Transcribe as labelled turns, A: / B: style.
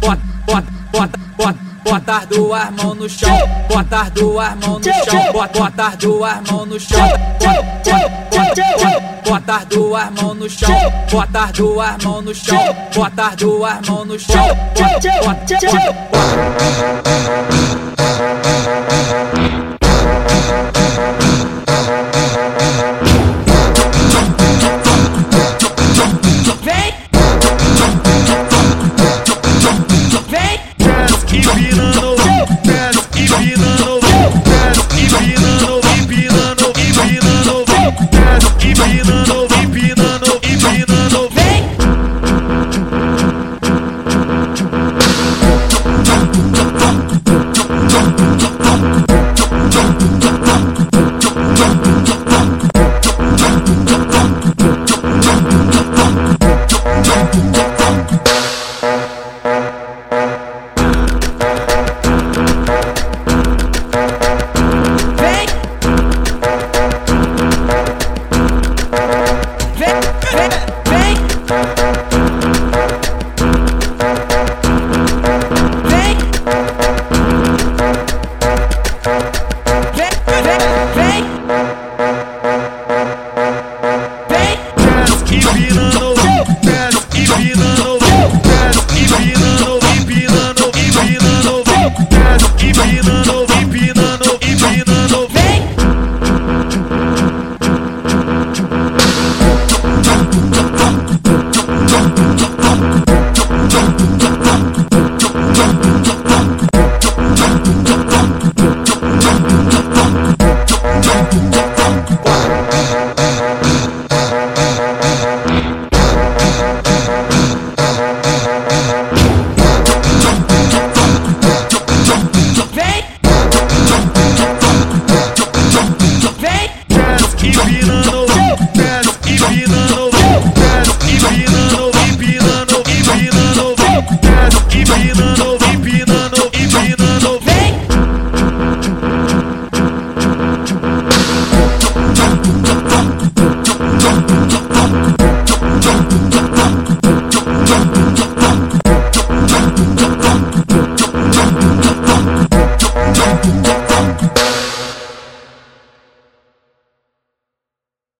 A: bota, bota, bota, bota as duas mãos no chão, bota as duas mãos no chão, bota, bota as duas mãos no chão, bota, bota, bota, bota as duas mãos no chão, bota as duas mãos no chão, bota as duas mãos no chão, bota, bota, bota.